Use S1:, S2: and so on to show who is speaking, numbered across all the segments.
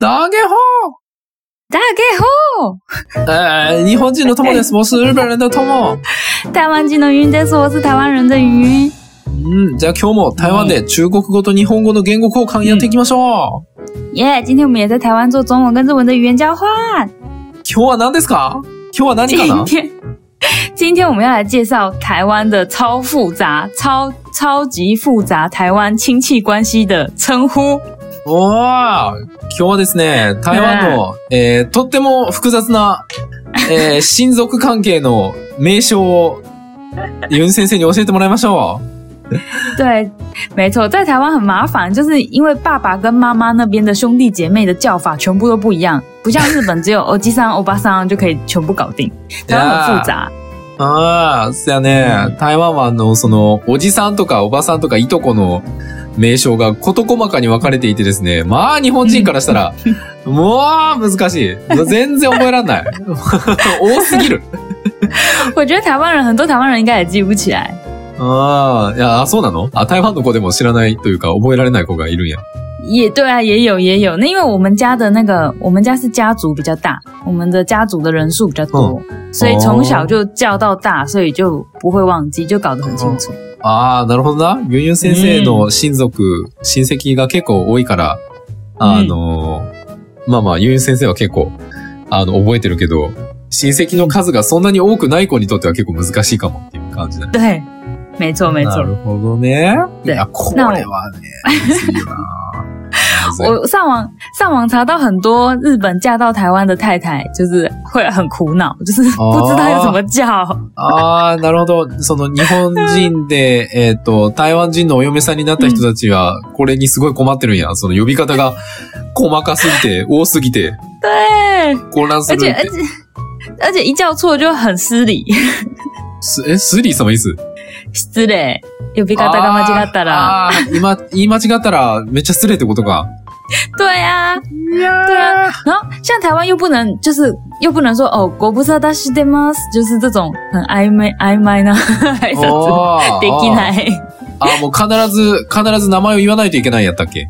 S1: ダゲ
S2: 大家好，
S1: ホ哎，日本人の友です。我是日本人的友。
S2: 台湾人的云です。我是台湾人的云云。
S1: 嗯，じゃあ今日も台湾で中国語と日本語の言語交換やっていきましょう。
S2: 耶、今天我们也在台湾做中文跟日文的语言交换。
S1: 今日は何ですか今日は何
S2: 今
S1: か な
S2: 天，今天我们要来介绍台湾的超复杂、超超级复杂台湾亲戚关系的称呼。
S1: おー今日はですね、台湾の、えーとっても複雑な、えー親族関係の名称をユン先生に教えてもらいましょう。
S2: 对，没错，在台湾很麻烦，就是因为爸爸跟妈妈那边的兄弟姐妹的叫法全部都不一样，不像日本只有欧吉桑、欧巴桑就可以全部搞定，台湾很复杂。
S1: ああ、そやね。台湾はあの、その、おじさんとかおばさんとかいとこの名称が事細かに分かれていてですね。まあ、日本人からしたら、もう、難しい。全然覚えらんない。 多すぎる。
S2: 我觉得台湾人很多台湾人应该也记不起来。
S1: ああ、いや、あそうなのあ、台湾の子でも知らないというか、覚えられない子がいるんや。
S2: 也对啊，也有也有。那因为我们家的那个，我们家是家族比较大，我们的家族的人数比较多，所以从小就叫到大，所以就不会忘记，就搞得很清楚。
S1: ああ、なるほどな。ユンユン先生の親族、親戚が結構多いから、あの、まあまあ、ユンユン先生は結構、あの、覚えてるけど、親戚の数がそんなに多くない子にとっては結構難しいかもっていう感じだね。
S2: 对，没错没
S1: な
S2: 错
S1: る。ほどね。い
S2: で
S1: や、これはね、むずいよな。むずい
S2: 我上网上网查到很多日本嫁到台湾的太太，就是会很苦恼，就是
S1: 哦
S2: 不知道要怎么叫。
S1: ああ、なるほど。その日本人で、 えっ、と、台湾人のお嫁さんになった人たちは、これにすごい困ってるんや。その呼び方が細かすぎて、多すぎて、
S2: 对，
S1: 混乱す
S2: 而
S1: る
S2: 且
S1: っ
S2: 而
S1: て。
S2: 且而且一叫错就很失礼，
S1: すえ、スリー様いつ
S2: 失礼。有比嘎达
S1: 啊
S2: 干嘛叽嘎达
S1: あ
S2: 啦？
S1: ーあー今、言い間違ったら、めっちゃ失礼ってことか。
S2: 对呀、啊。
S1: いや
S2: 对啊，然后像台湾又不能，就是又不能说哦，我不知道他是的吗？就是这种很暧昧暧昧呢， 还是
S1: おー
S2: できな
S1: あー
S2: い。
S1: あー、もう必ず、必ず名前を言わないといけないんやったっけ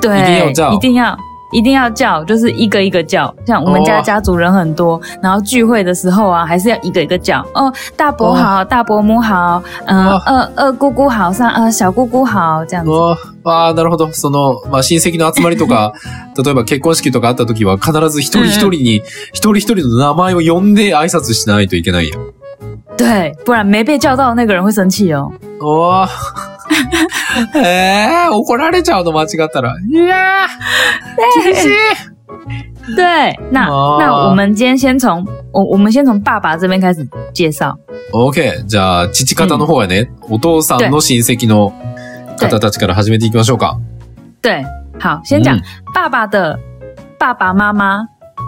S1: 一定要
S2: 对
S1: 叫，
S2: 一定要一定要叫，就是一个一个叫。像我们家
S1: 哦
S2: 家族人很多，然后聚会的时候啊，还是要一个一个叫。哦，大伯
S1: 哦
S2: 好，大伯母好，嗯，
S1: 哦
S2: 二二姑姑好，三呃小姑姑好，这样子。
S1: おーあーなるほど。その、まあ、親戚の集まりとか、例えば結婚式とかあった時は、必ず一人一人に、一人一人の名前を呼んで挨拶しないといけないんや。
S2: 对，不然没被叫到的那个人会生气哦。
S1: おーえー、怒られちゃうの間違ったら。いやー、厳しい
S2: 对，那、
S1: 哦
S2: 那我们今天先从我我们先从爸爸这边开始介绍。
S1: OK。じゃあ、父方の方やね、お父さんの親戚の方たちから始めていきましょうか。
S2: 对，好，先讲、
S1: 嗯
S2: 爸爸的爸爸妈妈，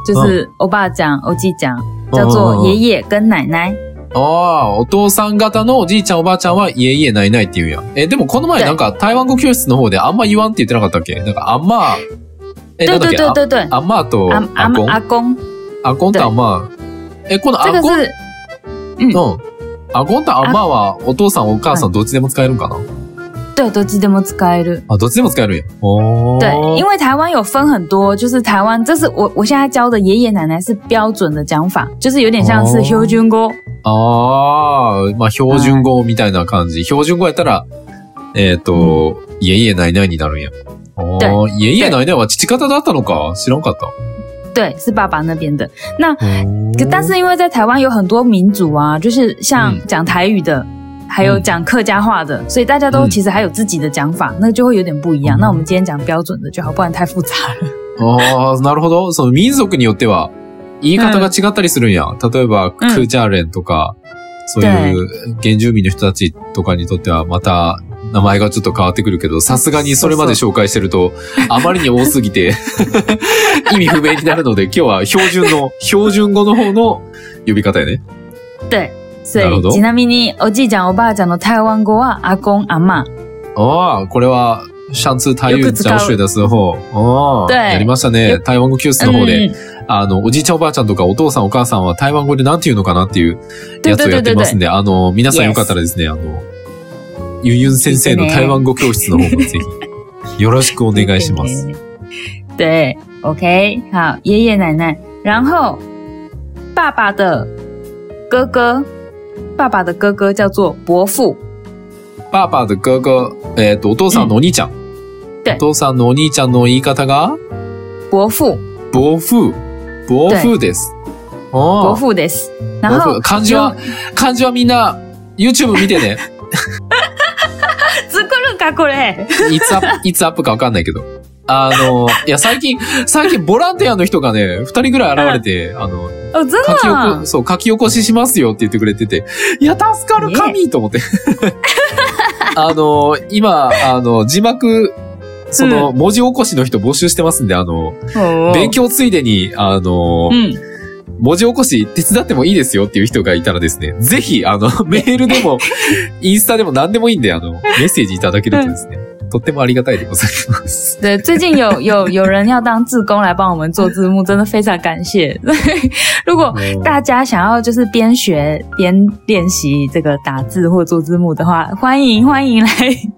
S2: 就是欧巴讲、欧记讲，叫做爷
S1: 爷。
S2: 爷跟奶奶。
S1: ああー、お父さん方のおじいちゃんおばあちゃんは、いえいえないないって言うんや。え、でもこの前
S2: 对
S1: なんか台湾語教室の方であんま言わんって言ってなかったっけなんかあんま、え、な
S2: 对
S1: んだっ
S2: 对
S1: け
S2: 对
S1: あ
S2: 对对，
S1: あんまと
S2: 阿
S1: あ
S2: 阿
S1: こん
S2: 阿公，
S1: あこんとあんま。え、このあ
S2: 这个
S1: こん、
S2: 是
S1: うん。あこんとあんまは、お父さんお母さんどっちでも使えるんかな
S2: 对都记得么子该的。
S1: あ、どっちでも使えるんや。おー。
S2: 对，因为台湾有分很多，就是台湾，这是我我现在教的爷爷奶奶是标准的讲法，就是有点像是
S1: 哦
S2: h u j u n
S1: ああ、まあ、標準語みたいな感じ。標準語やったら、えっ、と、いえいえないないになるんや。おーいえいえないないは父方だったのか知らんかった。
S2: 对，是爸爸那边的。可
S1: 可
S2: 但是因为在台湾有很多民族啊，就是像
S1: 嗯
S2: 讲台语的，还有讲客家话的，所以大家都
S1: 嗯
S2: 其实还有自己的讲法，那就会有点不一样。那我们今天讲标准的就好，不然太复杂了。
S1: ああ、なるほど。その民族によっては、言い方が違ったりするんや。例えば、クーチャーレンとか、そういう原住民の人たちとかにとっては、また、名前がちょっと変わってくるけど、さすがにそれまで紹介してると、あまりに多すぎ て、意味不明になるので、今日は標準の、標準語の方の呼び方やね。
S2: 对，所以
S1: なるほど
S2: ちなみにおじいちゃんおばあちゃんの台湾語は阿公阿嬷。
S1: ああ、これは、上次台湾教学的时候、ああ、
S2: 对
S1: やりましたね。台湾語教室の方で。
S2: 嗯
S1: あの、おじいちゃんおばあちゃんとかお父さんお母さんは台湾語でなんて言うのかなっていうやつをやってますんで、あの、皆さんよかったらですね、あの、ゆゆん先生の台湾語教室の方もぜひ、よろしくお願いします。。
S2: 对，OK，好，爷爷奶奶，然后爸爸的哥哥，爸爸的哥哥叫做伯父，
S1: 爸爸的哥哥、えっと、お父さんのお兄ちゃん。
S2: 对
S1: お父さんのお兄ちゃんの言い方が、
S2: 伯父，
S1: 伯父。伯父です。
S2: 伯
S1: おー
S2: 父です。然后
S1: 哦伯父漢字は、漢字はみんな、YouTube 見て ね。
S2: 作るかこれ。
S1: いつアップ、いつアップかわかんないけど。あの、いや、最近、最近ボランティアの人がね、二人ぐらい現れて、あの、
S2: 哦，真
S1: 書き
S2: 的
S1: 起
S2: 啊
S1: こ、そう、書き起こししますよって言ってくれてて、いや、助かる神と思って。 あの、今、あの、字幕、その、文字起こしの人募集してますんで、あの、
S2: 哦
S1: 勉強ついでに、あの、
S2: 嗯，
S1: 文字起こし手伝ってもいいですよっていう人がいたらですね、ぜひ、あの、メールでも、インスタでも何でもいいんで、あの、メッセージいただけるとですね、とってもありがたいでございます。
S2: 对，最近有 有有人要当志工来帮我们做字幕，真的非常感谢。 如果大家想要就是边学边练习这个打字或做字幕的话，欢迎欢迎来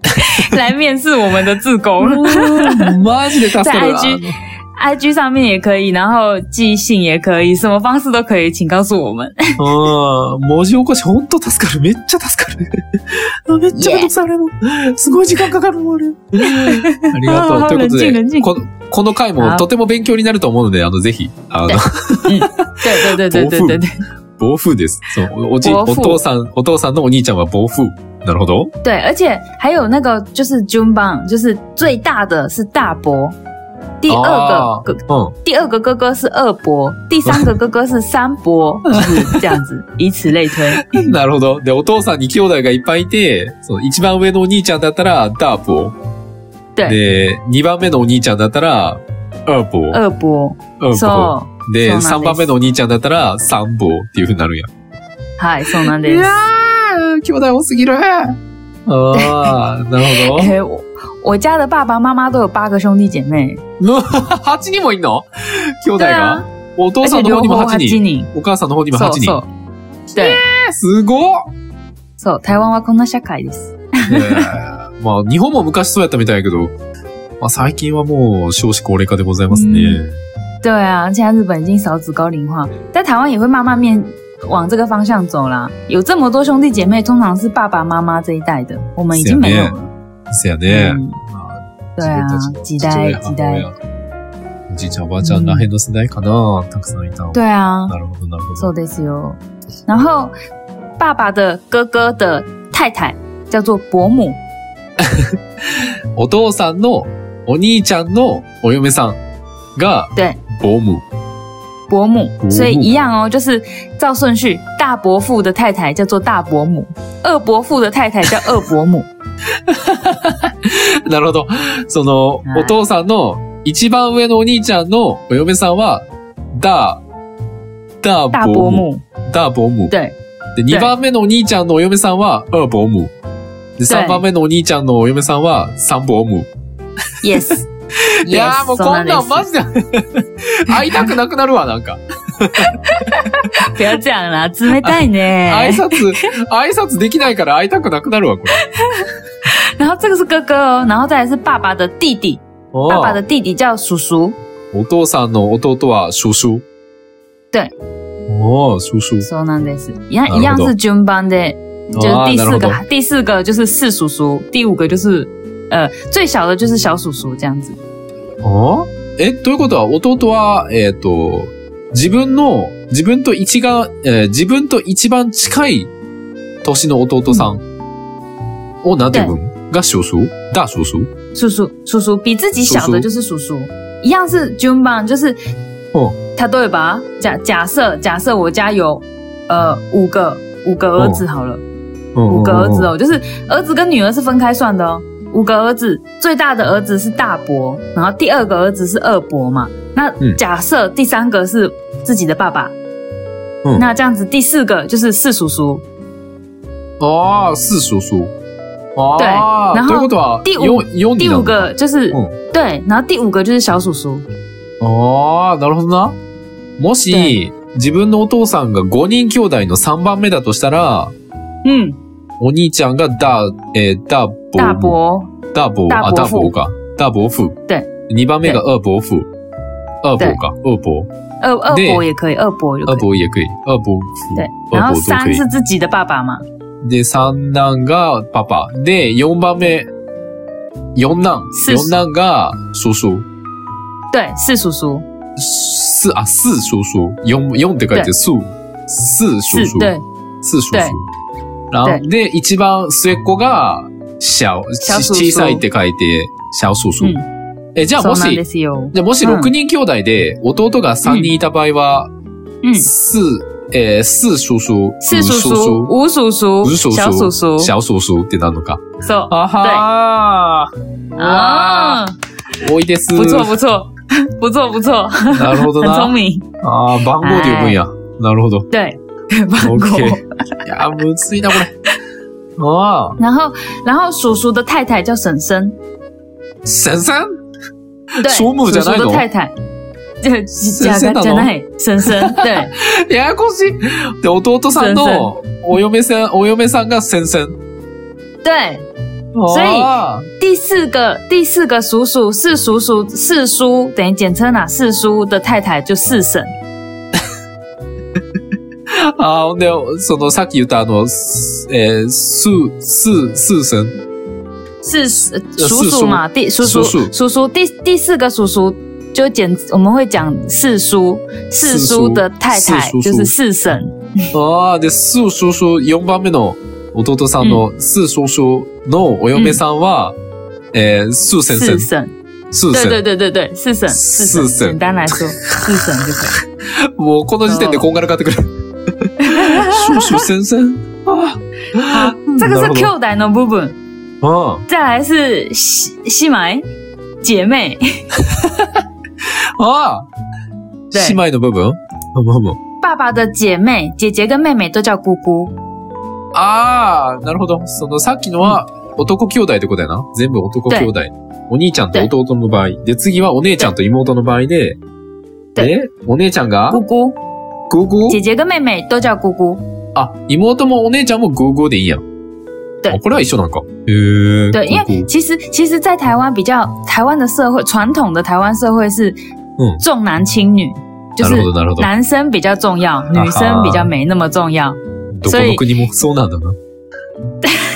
S2: 来面试我们的志工。
S1: 嗯 マジで助かる。
S2: 在 IG IG 上面也可以，然后寄信也可以，什么方式都可以，请告诉我们。
S1: あー文字起こしほんと助かる。めっちゃ助かる。 あめっちゃめんどくさい、あれも。すごい時間かかる もん、あれ。ありがとう。ということ
S2: 冷静冷
S1: で、
S2: 静
S1: このこの回もとても勉強になると思うので、あの、ぜひ、あの、
S2: 对对对对对对对
S1: 暴風です。そう、おじ、
S2: 暴
S1: お
S2: 風
S1: 父さん、お父さんのお兄ちゃんは暴風。なるほど。
S2: 对，而且还有那个就是军棒，就是最大的是大伯，第二
S1: あ
S2: 个哥
S1: ーうん。
S2: 第二个哥哥是二伯，第三个哥哥是三 伯，就是这样子，以此类推。
S1: なるほど。で、お父さんに兄弟がいっぱいいて、そう一番上のお兄ちゃんだったら、ダーポ
S2: 对
S1: ー。で、二番目のお兄ちゃんだったら、アーポー。
S2: 二伯，
S1: アーポー。
S2: そう、
S1: で、
S2: そ
S1: 3
S2: うなんです
S1: 番目のお兄ちゃんだったら、三坊っていう風になるんや。
S2: 嗨，そうなんです。
S1: ー、兄弟多すぎるああ、なるほ
S2: 哎我我家的爸爸妈妈都有八个兄弟姐妹，
S1: ど。8人もいんの兄弟
S2: 对
S1: が、
S2: 啊，
S1: お父
S2: 而
S1: さ
S2: 且
S1: んの方
S2: 両
S1: にも
S2: 方
S1: 8
S2: 八
S1: 人。
S2: 人，
S1: お母さんの方にも8
S2: so
S1: 人。
S2: so，对
S1: えーすごっ
S2: so，台湾はこんな社会です。
S1: えーまあ、日本も昔そうやったみたいやけど、まあ最近はもう少子高齢化でございますね。
S2: う对啊，现在日本已经少子高龄化，但台湾也会慢慢面往这个方向走啦。有这么多兄弟姐妹，通常是爸爸妈妈这一代的，我们已经没有了。
S1: せやね。
S2: 嗯
S1: まあ
S2: 对啊，几
S1: 父
S2: 代
S1: 親
S2: 几
S1: 母
S2: 代，
S1: 親おじいちゃんおばあちゃんらへんの世代かな、たくさんいたの
S2: 对啊，
S1: なるほど、なるほど。
S2: そうですよ。然后爸爸的哥哥的太太叫做伯母，
S1: お父さんのお兄ちゃんのお嫁さんが
S2: 对，
S1: ボム。
S2: 伯母
S1: 伯，母
S2: 所以一样哦，就是照顺序，大伯父的太太叫做大伯母，二伯父的太太叫二伯母，
S1: なるほど。その、
S2: はい
S1: お父さんの一番上のお兄ちゃんのお嫁さんは、ダー、ダ
S2: 大
S1: ー
S2: 伯
S1: ボム。
S2: 母，
S1: ダーボム。で、
S2: 对
S1: 二番目のお兄ちゃんのお嫁さんは、二ボム。で、三番目のお兄ちゃんのお嫁さんは、三ボム。
S2: ，yes，
S1: いやーもうこんなんマジで、 会いたくなくなるわ、なんか。
S2: 不要这样啦，姊妹带 呢。
S1: 挨拶、挨拶できないから会いたくなくなるわ、これ。
S2: 然后这个是哥哥哦，然后再来是爸爸的弟弟，
S1: おー
S2: 爸爸的弟弟叫叔叔，
S1: お父さんの弟は叔叔。
S2: 对。
S1: おー、叔叔。
S2: そうなんです。一
S1: なるほど
S2: 样一样是军班的，就是第四个
S1: なる，
S2: 第四个就是四叔叔，第五个就是呃最小的就是小叔叔这样子。
S1: あーえ、ということは、弟は、えっ、と、自分の、自分と一が、えー自分と一番近い年の弟さんをなんて呼ぶんが叔叔大叔叔
S2: 叔叔叔叔比自己小的就是叔叔，一样是军班，就是
S1: 哦
S2: 他对吧？假假设假设我家有呃五个五个儿子好了，五个儿子哦，就是儿子跟女儿是分开算的哦。五个儿子，最大的儿子是大伯，然后第二个儿子是二伯嘛。那
S1: 嗯
S2: 假设第三个是自己的爸爸，
S1: 嗯
S2: 那这样子第四个就是四叔叔，
S1: ああ、四叔叔。
S2: 对
S1: あ
S2: 然
S1: あ、
S2: 后
S1: ということは、
S2: 第五
S1: 四四
S2: 第
S1: 人なの
S2: 五
S1: か
S2: 个就是、
S1: 嗯
S2: 对，然后第五个就是小叔叔。
S1: ああ、なるほどな。もし、自分のお父さんが5人兄弟の3番目だとしたら、
S2: 嗯，
S1: お兄ちゃんがダー、えー、ダーボー。
S2: 大
S1: ダー
S2: 伯
S1: ボー。
S2: 大
S1: あ、
S2: 伯
S1: ダー
S2: 父
S1: ボーか。ダーボーフ。
S2: 对
S1: 2番目がアーボーフ。二伯か，二伯，
S2: 二二伯也可以，二伯也可
S1: 二
S2: 以。
S1: 伯也可以，二伯父
S2: 对，，然
S1: 二伯
S2: 后
S1: 都可
S2: 三
S1: 以
S2: 是。自己的爸爸嘛？
S1: で、三男がパパ。で、四番目、四男。
S2: 四
S1: 四男が叔叔。
S2: 对，是叔叔，
S1: 四、あ、四叔叔。四、四って書いて、四。四叔
S2: 是
S1: 叔。
S2: 对
S1: 四叔
S2: 对
S1: 叔。然后、で、一番末っ子が、小、
S2: 小叔叔
S1: ち小さいって書いて、小叔叔。
S2: 嗯
S1: え、じゃあも
S2: そうなんで
S1: し、
S2: すよ。
S1: じゃあもし
S2: うん
S1: 6人兄弟で、弟が3人いた場合は、
S2: 嗯，
S1: 四、えー、四叔叔、
S2: 是
S1: 五
S2: 叔叔、吴叔叔、
S1: 五叔叔、
S2: 小叔叔、
S1: 小叔叔ってなるのか。
S2: so
S1: 啊哈！哦
S2: 啊，
S1: 多いです。
S2: 不错不错， 不错不错，很
S1: なるほど
S2: 聪
S1: な。
S2: 明。
S1: あー番号で呼ぶんや。なるほど。
S2: 对， 办
S1: オ
S2: 公
S1: ッ。ケー。いやー、むずいな、これ。ああ、
S2: 然后，然后叔叔的太太叫婶婶，
S1: 先生
S2: 对，
S1: 叔母じゃないの
S2: 叔叔的太太， 对，
S1: 婶
S2: じ
S1: 婶なの
S2: ゃがじゃない婶婶，对，
S1: ややこしい。で、弟さんのお嫁さん、お嫁さんが先生。
S2: 对。所以
S1: あー
S2: 第四个第四个叔叔是叔叔四叔，等于简称啊，四叔的太太就四婶，
S1: あー、ほんで、その、さっき言ったあの、すえー、す、す、す先
S2: 是呃叔叔嘛？第叔
S1: 叔
S2: 叔
S1: 叔
S2: 叔叔第第四个叔叔就简我们会讲四叔，
S1: 四
S2: 四
S1: 叔
S2: 叔的太太
S1: 四叔叔
S2: 就是四婶，
S1: ああ、で、スー叔叔、4番目の弟さんのスー叔叔のお嫁さんは、えー、スー先生
S2: 四。婶，
S1: スー
S2: 对对
S1: 先
S2: 对对对，四婶
S1: 四婶
S2: 四婶，简单来 说四婶就可以。
S1: 生。もうこの時点でこんがらかってくる。スー先生。ああ。
S2: 这个
S1: なる
S2: 是
S1: ほ
S2: Q 代的部分，
S1: ど
S2: 再来是西西埋姐妹，
S1: うんああ。
S2: 对
S1: 姉妹の部分うんうんうん
S2: 爸爸的姐妹姐姐跟妹妹都叫姑姑。
S1: ああ、なるほど。そのさっきのは男兄弟ってことやな。全部男兄弟。お兄ちゃんと弟の場合。で、次はお姉ちゃんと妹の場合で、
S2: 对
S1: えお姉ちゃんが
S2: 姑啊姑，
S1: グーグー
S2: 姐姐跟妹妹都叫姑姑。
S1: あ、妹もお姉ちゃんもグーグーでいいんや。
S2: 对
S1: あこれは一緒なんか。へえ。
S2: 对，因
S1: グー
S2: 为
S1: グ
S2: 其实其实，在台湾比较台湾的社会，传统的台湾社会是
S1: 嗯
S2: 重男轻女，啊就
S1: ーな
S2: 是
S1: るほど、なるほど。
S2: 男生比较重要，
S1: 哈
S2: 女生比较没那么重要。
S1: どこ
S2: 所
S1: の
S2: 以
S1: 国もそうなんだ な。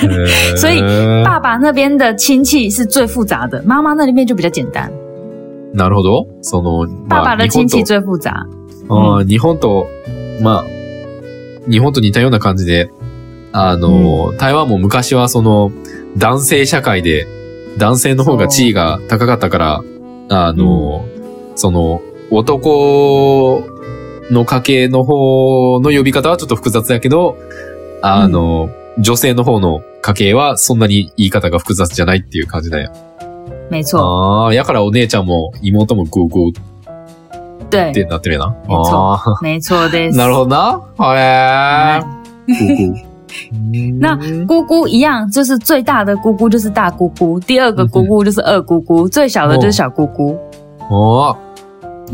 S1: へー
S2: 所以爸爸那边的亲戚是最复杂的，妈妈那里面就比较简单。
S1: なるほど。その、
S2: 爸
S1: まあ、
S2: 爸的
S1: 日
S2: 亲
S1: 本
S2: 戚
S1: と、
S2: 最复杂，
S1: あー日本と、まあ、日本と似たような感じで、あの、台湾も昔はその、男性社会で、男性の方が地位が高かったから、あの、その、男の家系の方の呼び方はちょっと複雑やけど、あの、女性の方の家系はそんなに言い方が複雑じゃないっていう感じだよ。
S2: 没错，
S1: ああ、やからお姉ちゃんも妹もグーグー
S2: 对
S1: っ，てなってるやな。
S2: えそう
S1: あ
S2: 没 错的
S1: あ、。なるほどな。
S2: 哎
S1: あれー。グーグー。
S2: 那
S1: うん
S2: 姑姑一样，就是最大的姑姑就是大姑姑，第二个姑姑就是二姑姑，最小的就是小姑姑。
S1: あー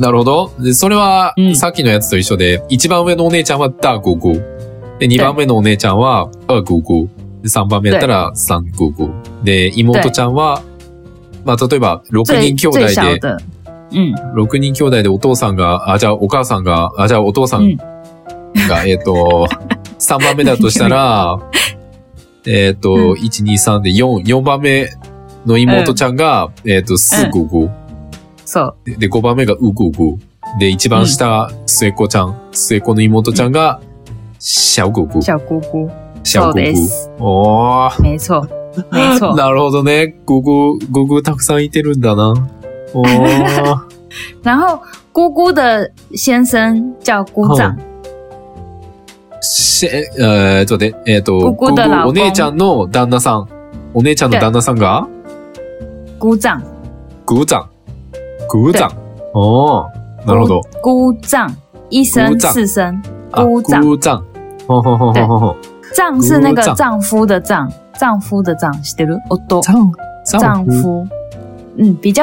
S1: なるほど。でそれは
S2: う、ん
S1: さっきのやつと一緒で、一番上のお姉ちゃんはダーグーグー。で、二番目のお姉ちゃんは、アーグーグー。で、三番目やったら、サングーグー。で、妹ちゃんは、まあ、例えば、六
S2: 最
S1: 人兄弟
S2: 最小
S1: で、
S2: 的，嗯，
S1: 六人兄弟でお父さんが、あ、じゃあお母さんが、あ、じゃあお父さんが、えっ、 と、3番目だとした ら、えっ
S2: う
S1: と、1、2、3で4、4番目の妹ちゃんが、えっと、すぐぐ。
S2: so
S1: で、5番目がうぐぐ。で、一番下、末っ子ちゃん。末っ子の妹ちゃんが、シャオググ。シ
S2: 小姑姑，
S1: ャオググ。おー。
S2: 没错，没错。
S1: なるほどね。ググ、ググたくさんいてるんだな。お ー。
S2: 然后姑姑的先生叫姑丈，
S1: しえ、えー、ちょっと待って、えっ、と、
S2: ここだな
S1: お姉ちゃんの旦那さん。お姉ちゃんの旦那さんが、
S2: 姑丈，
S1: グーザン。グーザン。おー。なるほど。
S2: 姑丈，一
S1: 姑
S2: 声
S1: 丈啊
S2: 四声，
S1: あ
S2: 姑丈
S1: グーザン。ほほほほほほ。
S2: 丈是那个
S1: 姑丈
S2: 丈夫的丈，丈夫的丈，してる？哦，都
S1: 丈夫
S2: 丈。夫，嗯，比较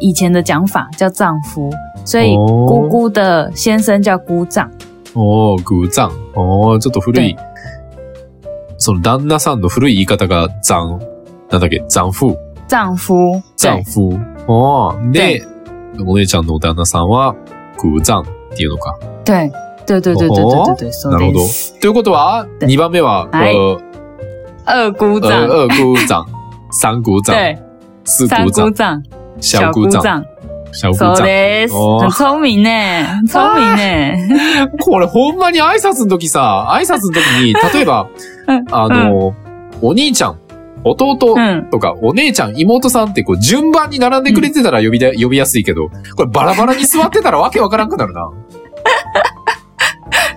S2: 以前的讲法叫丈夫，所以
S1: 哦
S2: 姑姑的先生叫姑丈，
S1: おー、グーザン。おー、ちょっと古い。その旦那さんの古い言い方が、ザン。なんだっけ、ザンフー。
S2: 丈夫，
S1: 丈
S2: 对
S1: 夫。おー。で、お姉ちゃんの旦那さんは、グーザンっていうのか。
S2: 对对对对对对对对，そう
S1: なるほど
S2: です。。
S1: ということは、
S2: 对
S1: 2番目は、
S2: はい
S1: 呃呃
S2: 二鼓掌，
S1: 二鼓掌、三鼓掌、
S2: 对，
S1: 四
S2: 三
S1: 鼓
S2: 鼓
S1: 掌、
S2: 掌，
S1: 小鼓
S2: 鼓
S1: 掌、，小鼓
S2: そう
S1: 掌。
S2: です。
S1: おー
S2: 很聪明呢，很聪明呢。
S1: これほんまに挨拶の時さ、挨拶の時 に、例えば
S2: うん、
S1: あの、お兄ちゃん、弟
S2: 嗯，
S1: とか、お姉ちゃん、妹さんってこう順番に並んでくれてたら呼びだ、呼びやすいけど、これバラバラに座ってたらわけわからんく なるな。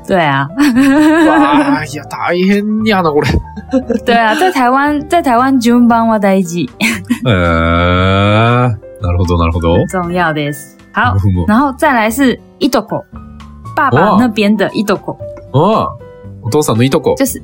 S2: 对啊，
S1: わあ、いや、大変やな、これ。へ
S2: 对啊，在台湾，在台湾順番は大事，
S1: えー、なるほど、なるほど。
S2: 很 重要的。好，
S1: ふむ。
S2: 然后再来是一斗口，爸爸那边的一斗口，
S1: ああ、お父さんのいとこ。
S2: 就是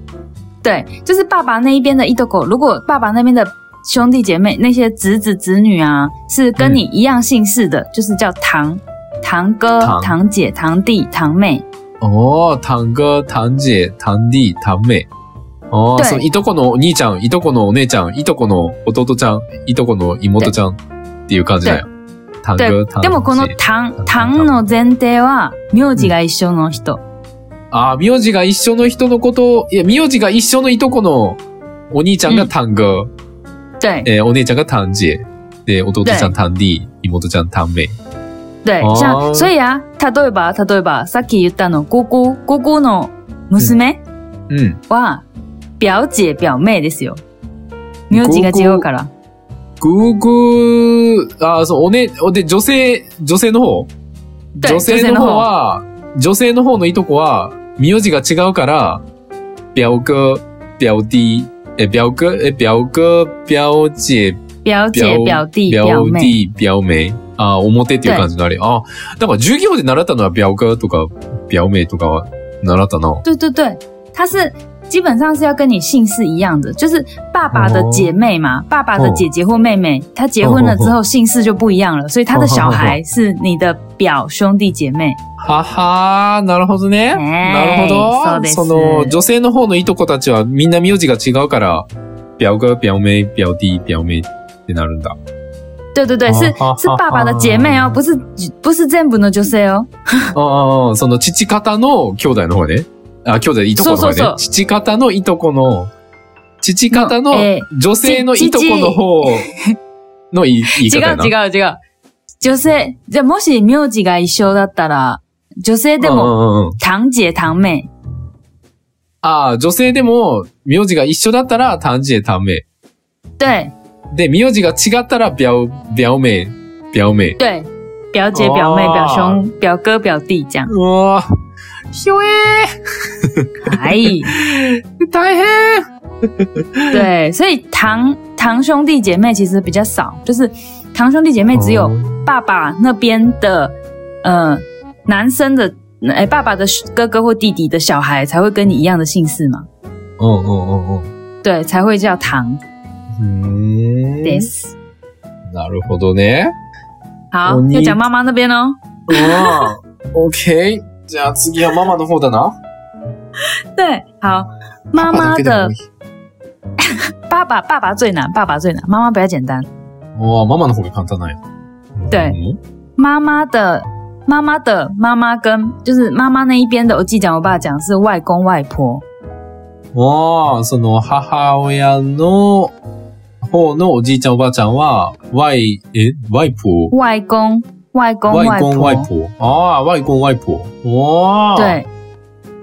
S2: 对，就是爸爸那一边的一斗口。如果爸爸那边的兄弟姐妹那些侄子侄女啊，是跟你一样姓氏的，就是叫堂、堂哥、
S1: 嗯堂
S2: 堂姐、堂弟、堂妹。
S1: おー、堂哥、堂姐、堂弟、堂妹。おー、
S2: 对
S1: そのいとこのお兄ちゃん、いとこのお姉ちゃん、いとこの弟ちゃん、いとこの妹ちゃんっていう感じだよ。堂
S2: 对
S1: 哥、堂，
S2: でもこの
S1: 姐。
S2: 堂
S1: 堂嗯
S2: 堂の前提は名字が一緒の人。
S1: ああ、名字が一緒の人のことを、いや、名字が一緒のいとこのお兄ちゃんが堂哥、
S2: 对
S1: えーお姉ちゃんが堂姐、で、弟ちゃん堂弟、妹ちゃん堂妹。
S2: 对
S1: 哦，
S2: 像所以啊，例えば例えばさっき言ったの姑姑姑姑の娘
S1: うん。
S2: は表姐表妹ですよ。名字が違うから。
S1: グーグー、ああ、そう、おね、おで、女性、女性の方
S2: 对
S1: 女性の方は、女性の方のいとこは、名字が違うから、表哥、表弟、え、表哥、え、表哥、表姐、
S2: 表姐表弟表
S1: 表
S2: 妹。
S1: 弟、表妹。あ、表っていう感じのあれ。あ、だから授業で習ったのは表哥とか、表妹とかは習ったな。
S2: 对对对，她是基本上是要跟你姓氏一样的，就是
S1: 哦
S2: 爸爸的姐妹嘛，爸爸的姐姐或妹妹，她结婚了之后姓氏就不一样了，所以她的小孩是你的表兄弟姐妹。
S1: ははー、なるほどね。
S2: ね
S1: なるほ
S2: そう
S1: ど。
S2: です
S1: その、女性の方のいとこたちはみんな名字が違うから、表哥、表妹、表弟、表妹ってなるんだ。
S2: 对对对，是
S1: 哦
S2: 是爸爸的姐妹哦，不是不是全部の女性哦。
S1: ああ、その父方の兄弟の方ね。あ、兄弟、いとこの方
S2: そ
S1: ね。
S2: うそうそう
S1: 父方のいとこの、父方の
S2: のえ
S1: 女性のいとこの方の言い言い
S2: 違
S1: 方や
S2: う
S1: な。
S2: 違う違う。女性じゃあもし名字が一緒だったら、女性でも
S1: うんうんうん
S2: 堂姐堂妹。
S1: ああ、女性でも、名字が一緒だったら、単字で単名。
S2: 对
S1: で、名字が違ったら、表、表名、表名。
S2: 对，表姐表妹
S1: 哦
S2: 表兄表哥表弟这样。
S1: うわぁ、ひょえ
S2: 哎，
S1: ー大変
S2: 对，所以堂堂兄弟姐妹其实比较少，就是堂兄弟姐妹只有
S1: 哦
S2: 爸爸那边的，呃，男生的，哎，爸爸的哥哥或弟弟的小孩才会跟你一样的姓氏嘛，
S1: うんうんうんうん。
S2: 对，才会叫堂
S1: うーん
S2: this。
S1: なるほどね。
S2: 好
S1: 哦，你
S2: 要讲妈妈那边哦。
S1: うん。OK。じゃあ次はママの方だな。
S2: 对，好，妈妈的爸爸，爸爸最难，爸爸最难，妈妈比较简单。
S1: おーママの方が簡単なんや。
S2: 对
S1: うん
S2: 妈妈的妈妈的妈妈跟就是妈妈那一边的，我记讲我爸讲是外公外婆。
S1: ああ、その母親の方のおじいちゃんおばあちゃんは、ワイ、え、ワイポー
S2: 外公、外公、
S1: 外
S2: 外
S1: 公
S2: 婆，
S1: 外婆。ああ、外公外婆。おー。
S2: 对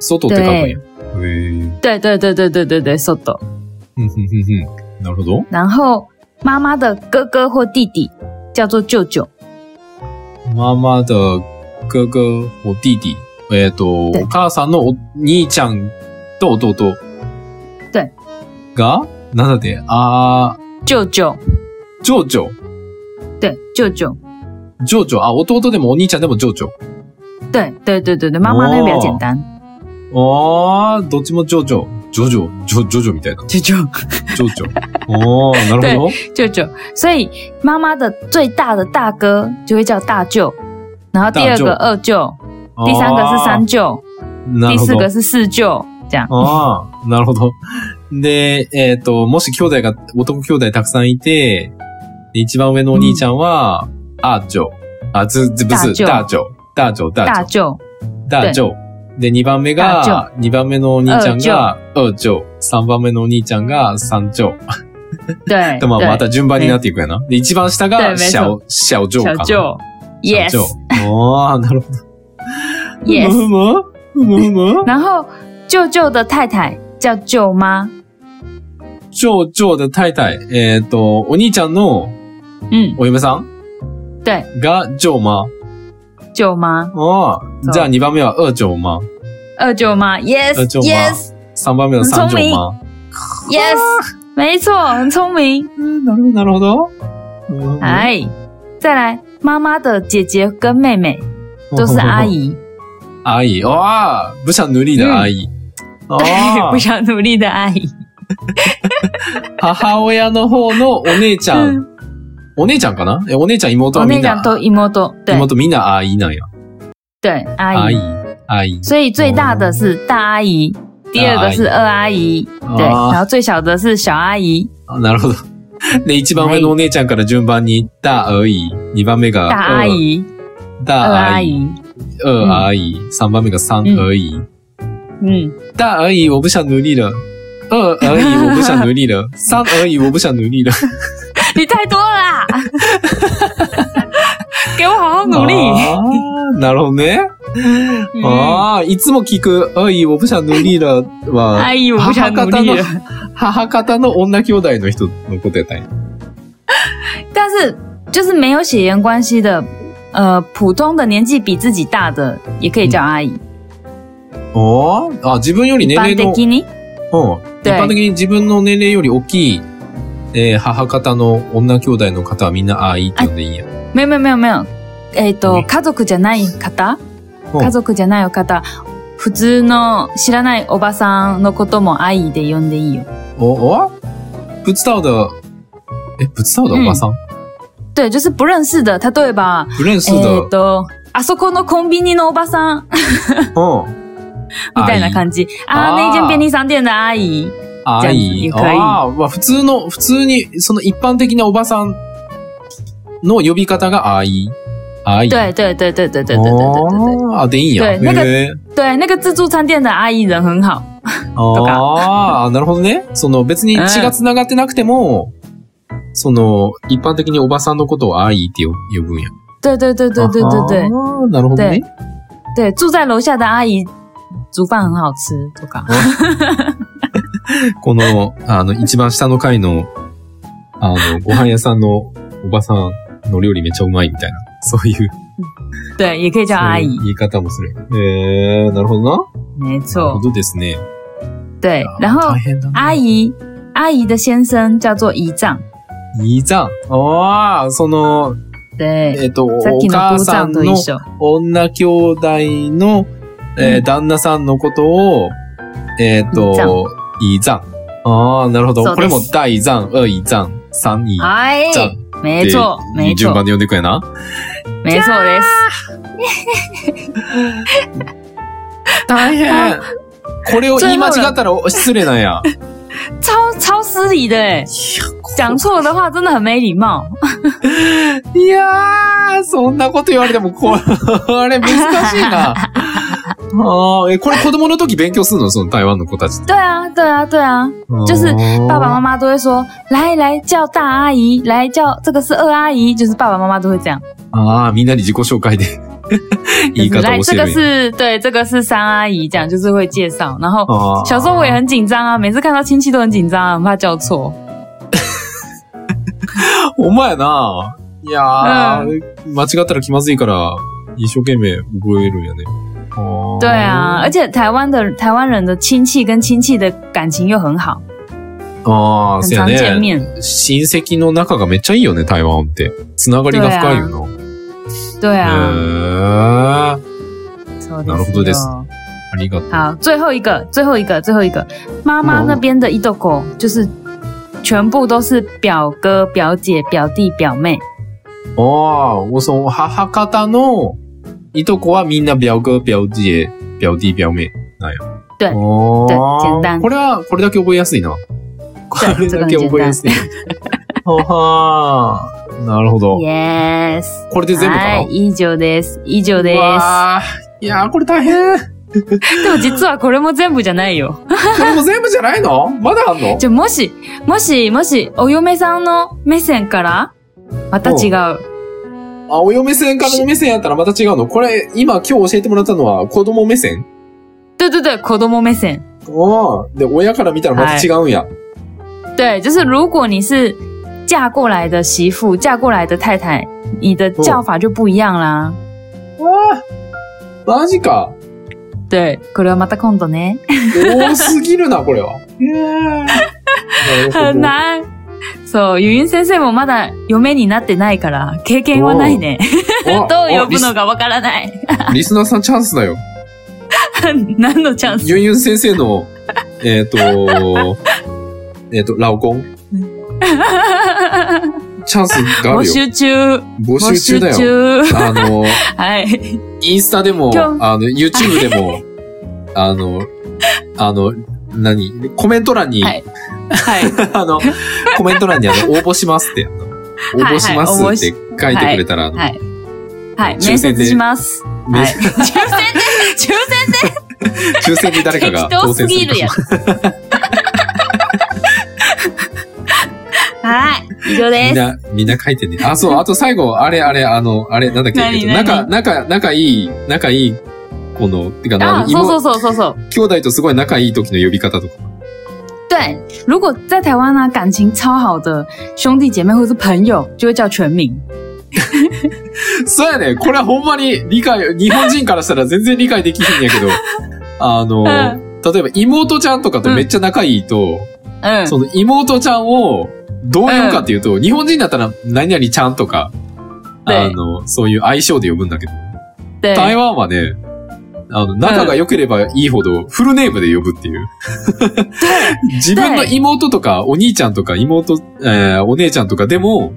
S1: 外って書くんや。へえ。
S2: 对对对对对对对，soto。
S1: ふんふんふんふんなるほど。
S2: 然后妈妈的哥哥或弟弟叫做舅舅，
S1: ママ的哥哥お弟弟。えっ、と、
S2: 对
S1: お母さんのお兄ちゃんと弟。
S2: 对。
S1: が、なんだって、あ
S2: 舅舅，
S1: ー、ジョジョ。
S2: 对舅舅，
S1: ジョジョ。あ、弟でもお兄ちゃんでもジョジョ。
S2: 对对对对对，妈妈那个比较简单。
S1: あー、どっちもジョジョ。ジョジョ、ジョジョジョみたいな。
S2: 舅舅，
S1: ジョジョ。おー、なるほど。
S2: 舅舅，所以妈妈的最大的大哥就会叫大舅，然后第二个二
S1: 哦
S2: 舅，
S1: あー
S2: 第三个是三舅，
S1: な
S2: 第
S1: るほ
S2: 四
S1: ど。
S2: 个是四舅，这样。
S1: ああ、なるほど。で、えっ、と、もし兄弟が、男兄弟たくさんいて、で一番上のお兄ちゃんは、アーチョ。あ、ず、ず不是
S2: 大
S1: 大舅、大舅、
S2: 大
S1: 大舅、
S2: 舅、
S1: 大舅。で、二番目
S2: 大
S1: が、二番目のお兄ちゃんが二舅、三番目のお兄ちゃんが三舅。
S2: 对
S1: で、まあ、
S2: 对
S1: また順番になっていくやな。で、一番下
S2: 对
S1: が
S2: 没错
S1: 小、小舅か
S2: 小
S1: な。
S2: 舅
S1: 小
S2: ，yes
S1: 舅。おー、なるほど。
S2: yes。
S1: ふむふむふむふ む
S2: 然后舅舅的太太叫舅妈，
S1: 舅舅的太太、えっと、お兄ちゃんの
S2: 嗯，
S1: お嫁さん
S2: 对，
S1: が舅妈。
S2: 舅妈，
S1: お
S2: そ
S1: ー。
S2: う
S1: じゃあ二番目は二舅妈。
S2: 二舅妈，yes
S1: 二舅妈
S2: yes
S1: 三番目は三
S2: 很
S1: 舅
S2: 聪
S1: 妈。
S2: yes，没错，很聪明。
S1: うんなるほど、なるほど。うん
S2: 哎，再来，妈妈的姐姐跟妹妹都
S1: 哦
S2: 是 阿。姨，
S1: 阿姨，哇，不想努力的阿姨。哦
S2: 不想努力的阿姨。
S1: 母親の方のお姉ちゃん。
S2: 嗯，
S1: お姉ちゃんかなえ、お姉ちゃん、妹は
S2: 我
S1: み
S2: 那
S1: んな。
S2: 讲都 imoto，对
S1: 妹みんな阿姨なんや。
S2: 对，阿
S1: 阿
S2: 姨
S1: 姨。，阿姨。
S2: 所以最大的是大阿姨，第二个是二阿姨，对，
S1: 啊
S2: 然后最小的是小阿姨，
S1: あなるほど。で、一番上のお姉ちゃんから順番に、大而已。二番目が、
S2: 大阿姨、
S1: 二、大
S2: 啊二
S1: 阿
S2: 阿
S1: 姨。
S2: 姨，
S1: 二阿姨。三番目が三而已。
S2: 嗯。
S1: 大而已，我不想努力了。二而已，我不想努力了。三而已，我不想努力了。
S2: 你太多了 啦！给我好好努力。
S1: あーなるほどね。
S2: 嗯
S1: ああ、いつも聞く、あい、我不想努力了は、
S2: 阿姨，我不想努力了。
S1: 母方の女兄弟の人のことやったんや。
S2: 但是就是没有血缘关系的，呃，普通的年纪比自己大的也可以叫阿姨。
S1: おーあ、自分より年
S2: 一般
S1: 齢
S2: 的
S1: の、
S2: に
S1: うん。一
S2: 对
S1: 般的に自分の年齢より大きい、えー母方の女兄弟の方はみんな、あいって呼んでいいんや。
S2: 没有没有没有没有。えっと
S1: 嗯
S2: 家族じゃない方、
S1: うん
S2: 家族じゃない方、普通の知らないおばさんのことも阿姨で呼んでいいよ。
S1: お、お不知道的、え、不知道的
S2: うん
S1: おばさん、
S2: 对，就是不认识的，例えば、
S1: 不认识的、
S2: えっとあそこのコンビニのおばさん。
S1: うん。
S2: みたいな感じ。
S1: あ
S2: あー、
S1: ー
S2: 那一间便利商店的阿姨。
S1: 阿姨。
S2: 这样子也可以
S1: あーまあ、普通の、普通に、その一般的なおばさんの呼び方が阿姨。阿姨。
S2: 对对对对对对对对对对
S1: 哦あ、でいいんや。
S2: 对那个
S1: へー
S2: 对，那个自助餐店的阿姨人很好。とか
S1: ああ、なるほどね。その別に血が繋がってなくても、その、一般的におばさんのことを阿姨って呼呼ぶんや。
S2: 对对对对对对对
S1: あーなるほどね。
S2: 对，住在楼下的阿姨煮饭很好吃，とか。
S1: この、あの、一番下の階の、あの、ご飯屋さんのおばさんの料理めっちゃうまいみたいな、そういう。
S2: 对，也可以叫阿姨
S1: そういう。言い方もする。へえー、なるほどな。
S2: 没
S1: なる
S2: 错
S1: ほ。どですね。
S2: 对，然后
S1: 大変だな。
S2: 阿姨阿姨的先生叫做姨丈。
S1: いいじゃん。ああ、その、
S2: 对，
S1: えっ、と、お
S2: さっきの
S1: 母
S2: 姑
S1: さ
S2: 丈
S1: ん
S2: と一
S1: の
S2: 緒。
S1: 女兄弟の、えー
S2: うん
S1: 旦那さんのことを、えっ、と、いいじゃん。ああ、なるほど。
S2: そう
S1: これ
S2: です
S1: も第一章、二一章、三一章
S2: 哎，
S1: って
S2: 没错，
S1: い
S2: 没
S1: う順
S2: 错
S1: 番，で呼んでいくんやな。
S2: 没错です。
S1: 大変。これを言い間違ったらお失礼なんや。 いや
S2: 超超失礼的哎，
S1: こ
S2: 讲错的话真的很没礼貌。
S1: いやー、そんなこと言われても、 ここれ難しい な。あーえ、これ子供の時勉強するのその台湾の子たち。
S2: 对啊，对啊，对啊，就是爸爸妈妈都会说，来来叫大阿姨，来叫这个是二阿姨，就是爸爸妈妈都会这样。
S1: ああ、みんなに自己紹介で 言い
S2: 就
S1: 方
S2: 是来
S1: を教
S2: 这
S1: える
S2: 个
S1: んや。
S2: 是对，这个是三阿姨，这样就是会介绍。然后
S1: あー
S2: 小时候我也很紧张啊，每次看到亲戚都很紧张啊，很怕叫错。
S1: お前やな。いやー、間違ったら気まずいから、一生懸命覚えるんやね。あー
S2: 对啊，而且台湾的台湾人的亲戚跟亲戚的感情又很好，
S1: ああ、
S2: 很
S1: そうや
S2: 常见
S1: ね。
S2: 面。
S1: 親戚の仲がめっちゃいいよね、台湾って。つながりが深いよな。
S2: 对
S1: へ
S2: 啊，
S1: ー。
S2: そう
S1: なるほどですありがとう。
S2: 好，最后一个，最后一个，最后一个，妈妈那边的伊豆狗就是全部都是表哥、表姐、表弟、表妹。
S1: ああ、その母方のいとこはみんな表哥、表姐、表弟、表妹なんや。
S2: 对
S1: おー
S2: 对简单
S1: これは、これだけ覚えやすいな。これだけ覚えやすい。ははーなるほど。
S2: Yes。
S1: これで全部かな
S2: はい、以上です。以上で
S1: う
S2: す。
S1: わーいやー、これ大 変。
S2: でも実はこれも全部じゃないよ。
S1: これも全部じゃないのまだあんの
S2: じゃ、もし、もし、もし、お嫁さんの目線から、また違う。
S1: あ、お嫁線からの目線やったらまた違うのこれ、今今日教えてもらったのは子供目線
S2: 对对对，子供目线。
S1: うん。で、親から見たらまた違うんや。
S2: 对，就是如果你是嫁过来的媳妇，嫁过来的太太，你的叫法就不一样啦。
S1: マジか。
S2: 对，これはまた今度ね。
S1: 多すぎるな、これ は。えー
S2: 很
S1: なる
S2: 难。そう、ゆゆん先生もまだ嫁になってないから、経験はないね。
S1: ほ
S2: どう
S1: あ
S2: 呼ぶの
S1: あ
S2: かわからない。
S1: リスリスナーさんチャンスだよ。
S2: 何のチャンス
S1: ユンユン先生の、えっ、と、 えっ、と、老公。 チャンスがあ
S2: 募
S1: るよ。
S2: 集中。
S1: 募集中だよ。
S2: 募集中。
S1: あの、
S2: はい。
S1: インスタでも、
S2: 今
S1: あの、YouTube でも、 あの、あの、何コメント欄に、
S2: はいはい。
S1: あの、コメント欄にあ の、応募しますって、あの応募しますって書いてくれたら、あの
S2: はい。はい。
S1: 抽
S2: 面
S1: 選で
S2: 接します。はい。
S1: ね
S2: 抽 選で、
S1: 抽選で
S2: 抽
S1: 誰
S2: 選
S1: か
S2: で
S1: が
S2: 適当
S1: 当
S2: す
S1: 選す
S2: ぎ
S1: るか
S2: る
S1: も
S2: やん。はい。以上
S1: み
S2: で
S1: ん
S2: す。
S1: な、みんな書いてね。あ、そう、あと最後、あれ、あれ、あの、あれ、なんだっけ、
S2: 何
S1: えっと
S2: 何
S1: 仲、仲、仲いい、仲いい、この、てかな
S2: 啊，，
S1: 妹
S2: そうそうそうそうそう。
S1: 兄弟とすごい仲いい時の呼び方とか。
S2: 对，如果在台湾呢、感情超好的兄弟姐妹或是朋友，就会叫全名。
S1: そうやね、これはほんまに理解、日本人からしたら全然理解できひんやけ ど、あの、例えば妹ちゃんとかとめっちゃ仲いいと、
S2: 嗯，
S1: その妹ちゃんをどう呼ぶかっていうと、日本人だったら何々ちゃんとか、
S2: で
S1: あの、そういう愛称で呼ぶんだけど、
S2: 对，
S1: 台湾はね、あの、仲が良ければいいほどフルネームで呼ぶっていう。自分の妹とかお兄ちゃんとか妹、えーお姉ちゃんとかでも、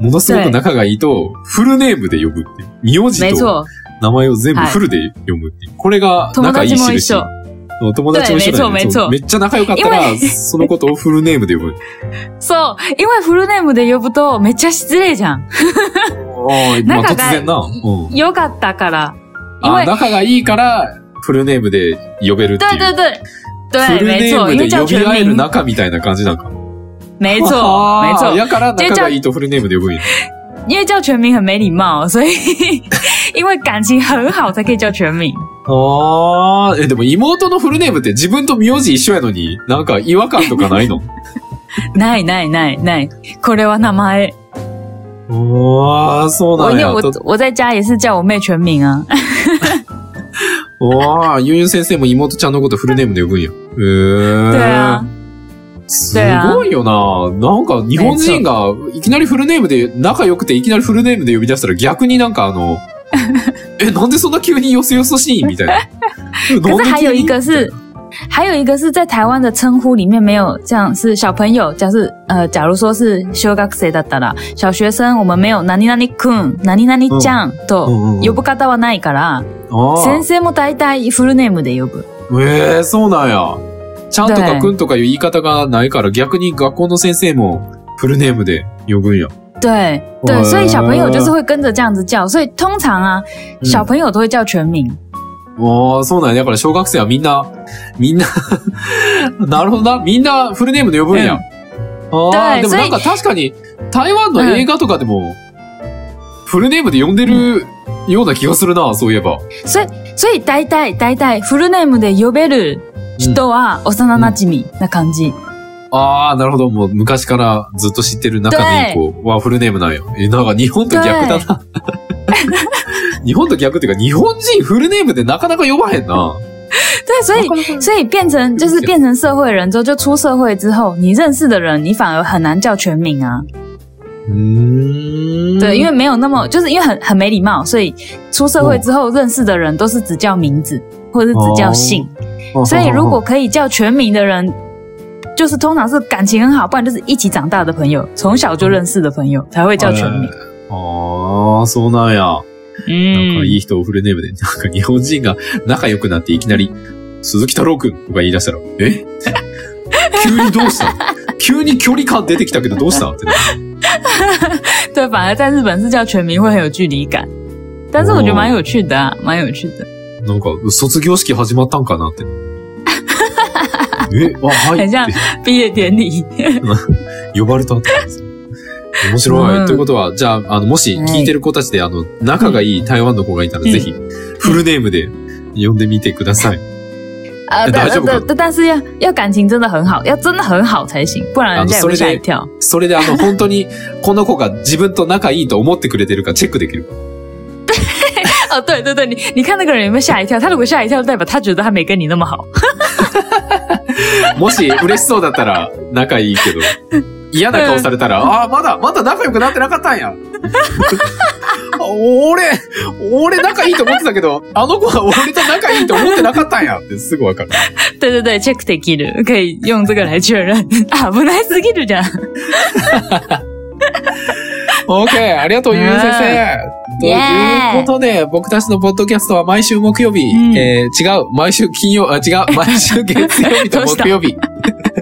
S1: ものすごく仲がいいと、フルネームで呼ぶっていう。名字
S2: 没
S1: と
S2: 错，
S1: 名前を全部フルで呼ぶっていう。これが
S2: 友
S1: 仲いい
S2: 達も一
S1: 印。
S2: 緒。
S1: そう友達も一緒だよね。
S2: 对没错
S1: そう
S2: 没
S1: めっちゃ仲良かった
S2: 因
S1: ら、
S2: 为
S1: そのことをフルネームで呼ぶ。
S2: そう、因为フルネームで呼ぶとめっちゃ失礼じゃん。
S1: ああ、まあ
S2: 仲
S1: 突
S2: が
S1: 然な。うん。
S2: よかったから，因
S1: あ
S2: 为
S1: ー仲がいいから、フルネームで呼べるって
S2: 对
S1: い
S2: 对
S1: う。
S2: 对
S1: フ
S2: 对，
S1: ル
S2: 没
S1: ネー
S2: 错，
S1: ム
S2: 因为
S1: で
S2: 叫
S1: 呼び
S2: 全
S1: 合える
S2: 名，
S1: 仲みたいな感じ なんか。
S2: 没
S1: あー
S2: 错没错，
S1: やから仲がいいとフルネームで呼ぶんや。
S2: 因为叫全名很没礼貌，所以 因为感情很好才可以叫全 名。
S1: ああ、え、でも妹のフルネームって自分と名字一緒やのに、なんか違和感とかない の
S2: ないないないない，これは名前。
S1: ああ、そう
S2: 我
S1: なん
S2: 因为
S1: や。
S2: 我我在家也是叫我妹全名 啊。
S1: ああ、ゆうゆう先生も妹ちゃんのことフルネームで呼ぶんや。へえ。
S2: 对啊。
S1: すごいよな。なんか日本人がいきなりフルネームで、仲良くていきなりフルネームで呼び出したら逆になんかあ の、え、なんでそんな急によそよそしいみたい な。
S2: 可是还有一
S1: なんで急に
S2: 个是，还有一个是在台湾的称呼里面没有这样，是小朋友，假是呃，假如说是修学生だったら小学生，我们没有何々くん、何々ちゃん
S1: うん
S2: と
S1: うんうん
S2: 呼ぶ方はないから、
S1: ああ
S2: 先生も大体フルネームで呼ぶ。
S1: ええそうなんや。ちゃんとか
S2: 对
S1: くんとかいう言い方がないから逆に学校の先生もフルネームで呼ぶんや。
S2: 对对，
S1: 哇
S2: 所以小朋友就是会跟着这样子叫，所以通常啊，
S1: 嗯
S2: 小朋友都会叫全名。
S1: ああ、そうなんや。だから小学生はみんな、みんな、 なるほどな。みんなフルネームで呼ぶんや。
S2: う
S1: あ
S2: ん
S1: あ、
S2: 对
S1: でもなんか確かに台湾の映画とかでもフルネームで呼んでるような気がするな、そういえば。
S2: 所以所以大体大体フルネームで呼べる人は
S1: 嗯
S2: 幼馴染な感じ。
S1: ああ、なるほど。もう昔からずっと知ってる仲のいい子はフルネームなんや。え、なんか日本と逆だな。日本と逆っていうか、日本人フルネームでなかなか呼ばへんな。
S2: 对，所以
S1: なかなか
S2: 所以变成就是变成社会人之后，就出社会之后，你认识的人，你反而很难叫全名啊。
S1: うーん。
S2: 对，因为没有那么，就是因为很很没礼貌，所以出社
S1: 哦
S2: 会之后认识的人都是只叫名字或者是只叫姓。
S1: あ
S2: 所以如果可以叫全名的人，就是通常是感情很好，不然就是一起长大的朋友，从小就认识的朋友才会叫全名。
S1: ああ、そうなんや。なんかい
S2: 嗯，
S1: い人をフルネームで、 なんか日本人が仲良くなっていきなり、鈴木太郎くんとか言い出したら、え 急にどうした急に距離感出てきたけどどうしたってなる
S2: 对，反而在日本是叫全名会很有距离感。但是我觉得蛮有趣的啊，蛮有趣的。
S1: なんか、卒業式始まったんかなって。え、あ、はい。
S2: 很像毕业典礼。
S1: 呼ばれたって。 面白い、
S2: うん
S1: ということは、じゃあ、あの、もし
S2: はい
S1: 聞いてる子たちで、あの、仲がいい台湾の子がいたら、
S2: うん
S1: ぜひ、フルネームで呼んでみてください。
S2: 啊，
S1: 大丈夫
S2: 但
S1: か
S2: 但但是要要感情真的很好，要真的很好才行，不然人家也会吓一跳。
S1: それで、あの、本当に、この子が自分と仲いいと思ってくれてるかチェックできる。
S2: 哦，对对对，你你看那个人有没有吓一跳？他如果吓一跳，代表他觉得他没跟你那么好。
S1: もし、嬉しそうだったら、仲いいけど、嫌な顔されたら、ああ、まだ、まだ仲良くなってなかったんや。 俺、俺仲いいと思ってたけど、あの子は俺と仲いいと思ってなかったんやってすぐわかる。
S2: 对对对，check the kid 可以用这个来确认 啊，不 nice kid 讲。
S1: OK! ありがとう、ゆう先生と
S2: イエーイ
S1: いうことで、僕たちのポッドキャストは毎週木曜日、
S2: ん
S1: えー違う、毎週金曜、あ、違 う、毎週月曜日と
S2: どうした
S1: 木曜日。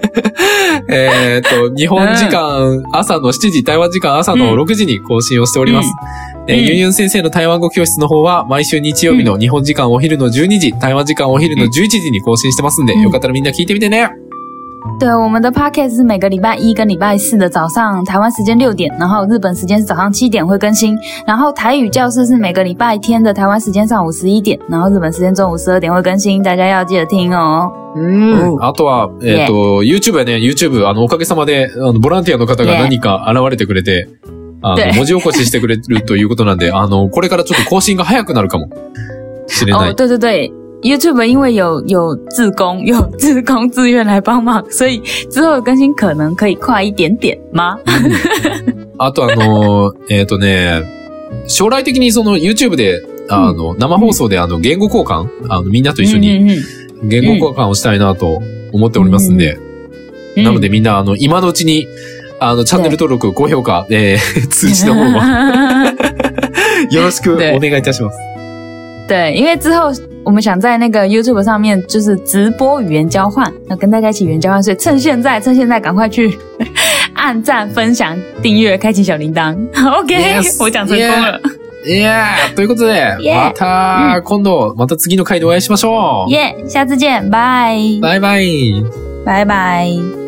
S1: えっと、日本時間朝の7時、台湾時間朝の6時に更新をしております。えー
S2: うん
S1: ゆうゆん先生の台湾語教室の方は、毎週日曜日の日本時間お昼の12時、台湾時間お昼の11時に更新してますんで、
S2: うん
S1: よかったらみんな聞いてみてね。
S2: 对，我们的 podcast 是每个礼拜一跟礼拜四的早上台湾时间六点，然后日本时间是早上七点会更新。然后台语教室是每个礼拜天的台湾时间上午十一点，然后日本时间中午十二点会更新，大家要记得听哦。
S1: うん
S2: う。ん
S1: あとは、えっ、と、YouTube やね、YouTube、あの、おかげさまで、あの、ボランティアの方が
S2: ね
S1: 何か現れてくれて、あの、
S2: ね
S1: 文字起こししてくれるということなんで、あ の、これからちょっと更新が早くなるかもし れな
S2: 哦，
S1: い。
S2: 对对对，YouTube 因为有有志工有志工自愿来帮忙，所以之后的更新可能可以快一点点吗？
S1: あとあの、えっ、とね、将来的にその YouTube で、あの、生放送であの、言語交換、あの、みんなと一緒に
S2: 嗯嗯
S1: 言語交換をしたいなと思っておりますんで、
S2: 嗯
S1: なのでみんなあの、今のうちに、あの、チャンネル登録、高評価、えー通知の方 もよろしくお願いいたします。
S2: 对，因为之后我们想在那个 YouTube 上面就是直播语言交换，要跟大家一起语言交换，所以趁现在，趁现在赶快去 按赞、分享、订阅、开启小铃铛。OK，、
S1: Yes，
S2: 我讲成功了，
S1: いやーということで、
S2: Yeah
S1: また、今度、また次の回でお会いしましょう
S2: 耶下次见，拜
S1: バイバイ
S2: 拜拜。